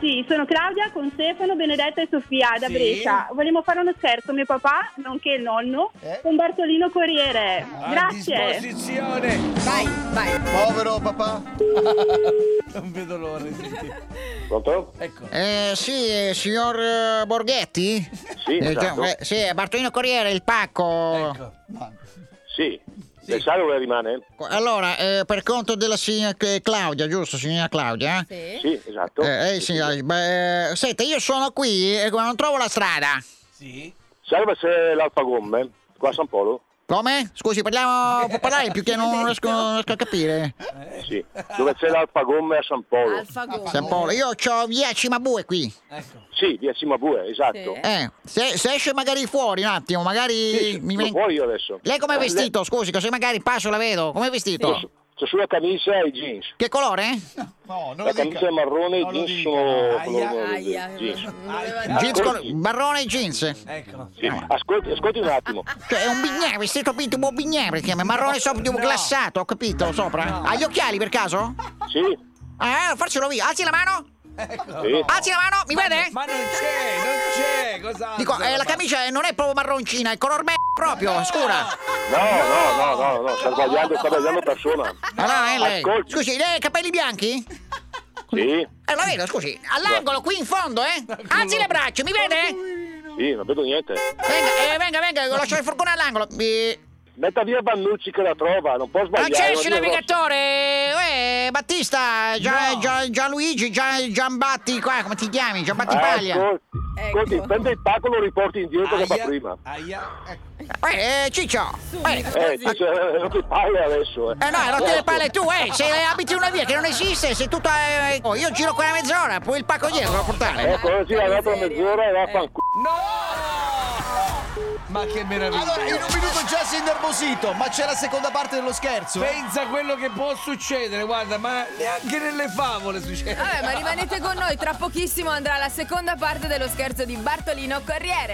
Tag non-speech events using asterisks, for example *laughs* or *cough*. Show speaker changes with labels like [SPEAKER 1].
[SPEAKER 1] Sì, sono Claudia con Stefano, Benedetta e Sofia da
[SPEAKER 2] Sì.
[SPEAKER 1] Brescia. Vogliamo fare uno scherzo, mio papà, nonché il nonno,
[SPEAKER 3] Eh?
[SPEAKER 1] con Bartolino Corriere.
[SPEAKER 2] Ah, A
[SPEAKER 1] Grazie.
[SPEAKER 2] disposizione.
[SPEAKER 4] Vai, vai.
[SPEAKER 3] Povero papà.
[SPEAKER 2] *laughs* Non vedo l'ora di sentire.
[SPEAKER 5] Pronto?
[SPEAKER 2] Ecco.
[SPEAKER 6] Eh, sì, eh, signor eh, Borghetti?
[SPEAKER 5] Sì,
[SPEAKER 6] Eh,
[SPEAKER 5] esatto.
[SPEAKER 6] eh, sì, è Bartolino Corriere, il
[SPEAKER 3] Oh.
[SPEAKER 6] pacco.
[SPEAKER 2] Ecco.
[SPEAKER 5] Sì. Le salve rimane?
[SPEAKER 6] Allora, eh, per conto della signora eh, Claudia, giusto, signora Claudia?
[SPEAKER 4] Sì.
[SPEAKER 5] Sì, esatto.
[SPEAKER 6] Eh, eh, signora, beh, eh, senta, io sono qui e non trovo la strada.
[SPEAKER 2] Sì.
[SPEAKER 5] Salve se l'alfagomme, qua a San Polo?
[SPEAKER 6] Come? Scusi, parliamo, può parlare più che non riesco, non riesco a capire.
[SPEAKER 3] Eh.
[SPEAKER 5] Sì. Dove c'è l'alfagomme a San Polo?
[SPEAKER 4] Alfago.
[SPEAKER 6] San Paolo, io ho 10 mabue qui.
[SPEAKER 2] Ecco.
[SPEAKER 5] Sì, via Cimabue, esatto.
[SPEAKER 4] Sì.
[SPEAKER 6] Eh, se, se esce magari fuori un attimo, magari...
[SPEAKER 5] Sì,
[SPEAKER 6] mi
[SPEAKER 5] sono
[SPEAKER 6] ven-
[SPEAKER 5] fuori io adesso.
[SPEAKER 6] Lei com'è
[SPEAKER 5] Eh,
[SPEAKER 6] vestito? Scusi, così magari passo la vedo. Com'è vestito?
[SPEAKER 5] lei- C'è solo la camicia e i jeans.
[SPEAKER 6] Che colore?
[SPEAKER 3] No, non
[SPEAKER 5] La
[SPEAKER 3] lo dica.
[SPEAKER 5] camicia è marrone e i
[SPEAKER 3] Non lo
[SPEAKER 5] jeans
[SPEAKER 3] dica.
[SPEAKER 5] sono
[SPEAKER 2] Aia,
[SPEAKER 5] color-
[SPEAKER 4] Aia,
[SPEAKER 5] jeans.
[SPEAKER 4] non voleva dire.
[SPEAKER 6] Jeans
[SPEAKER 5] ancora
[SPEAKER 6] con...
[SPEAKER 5] sì.
[SPEAKER 6] Marrone e jeans.
[SPEAKER 2] Ah, Ecco.
[SPEAKER 5] Sì. Ascolti, ascolti
[SPEAKER 3] *laughs*
[SPEAKER 5] un attimo.
[SPEAKER 6] Cioè, è un bignè, vestito pinto un bignè, perché chiama marrone sopra di un
[SPEAKER 2] No.
[SPEAKER 6] glassato, ho capito, sopra. Ha gli occhiali per caso?
[SPEAKER 5] Sì?
[SPEAKER 6] Ah, farcelo via. Alzi la mano,
[SPEAKER 2] Ecco.
[SPEAKER 5] Sì?
[SPEAKER 6] alzi la mano, mi vede?
[SPEAKER 2] Ma non c'è, non c'è. Cosa?
[SPEAKER 6] Dico, eh, la camicia non è proprio marroncina, è color me proprio, scura.
[SPEAKER 5] No, no, no, no, no, sta sbagliando, sta sbagliando persona.
[SPEAKER 6] Ah, no, è lei.
[SPEAKER 5] Ascolti.
[SPEAKER 6] Scusi, lei ha i capelli bianchi?
[SPEAKER 5] Sì?
[SPEAKER 6] Eh, la vedo, scusi. All'angolo, qui in fondo, eh. Alzi le braccia, mi vede?
[SPEAKER 5] Sì, non vedo niente.
[SPEAKER 6] Venga, eh, venga, venga, lascio il furgone all'angolo. Eh,
[SPEAKER 5] Metta via Bannucci che la trova, non può sbagliare.
[SPEAKER 6] Accesso Ah, il
[SPEAKER 5] non è rossa.
[SPEAKER 6] navigatore, eh, Battista, Gia- Gia- Gianluigi, Gia- Gianbatti, qua, come ti chiami? Gianbatti Paglia.
[SPEAKER 5] Ascolti, ascolti,
[SPEAKER 4] Ecco.
[SPEAKER 5] prendi il pacco e lo riporti indietro come fa
[SPEAKER 2] Aia.
[SPEAKER 5] prima.
[SPEAKER 2] Aia.
[SPEAKER 6] Eh, eh, Ciccio, eh,
[SPEAKER 5] Eh, tu sei- non ti parli adesso.
[SPEAKER 6] Eh no, hai rotto le palle tu, eh! Se abiti in una via che non esiste, se tutto è. Oh, io giro quella mezz'ora, poi il pacco dietro da portare.
[SPEAKER 5] Ecco, così la un'altra
[SPEAKER 4] Miseria.
[SPEAKER 5] mezz'ora e vaffanculo.
[SPEAKER 2] No! Ma che meraviglia.
[SPEAKER 3] Allora, in un minuto già si è innervosito, ma c'è la seconda parte dello scherzo. eh?
[SPEAKER 2] Pensa a quello che può succedere, guarda, ma neanche nelle favole succede.
[SPEAKER 4] Vabbè, ma rimanete con noi, tra pochissimo andrà la seconda parte dello scherzo di Bartolino Corriere.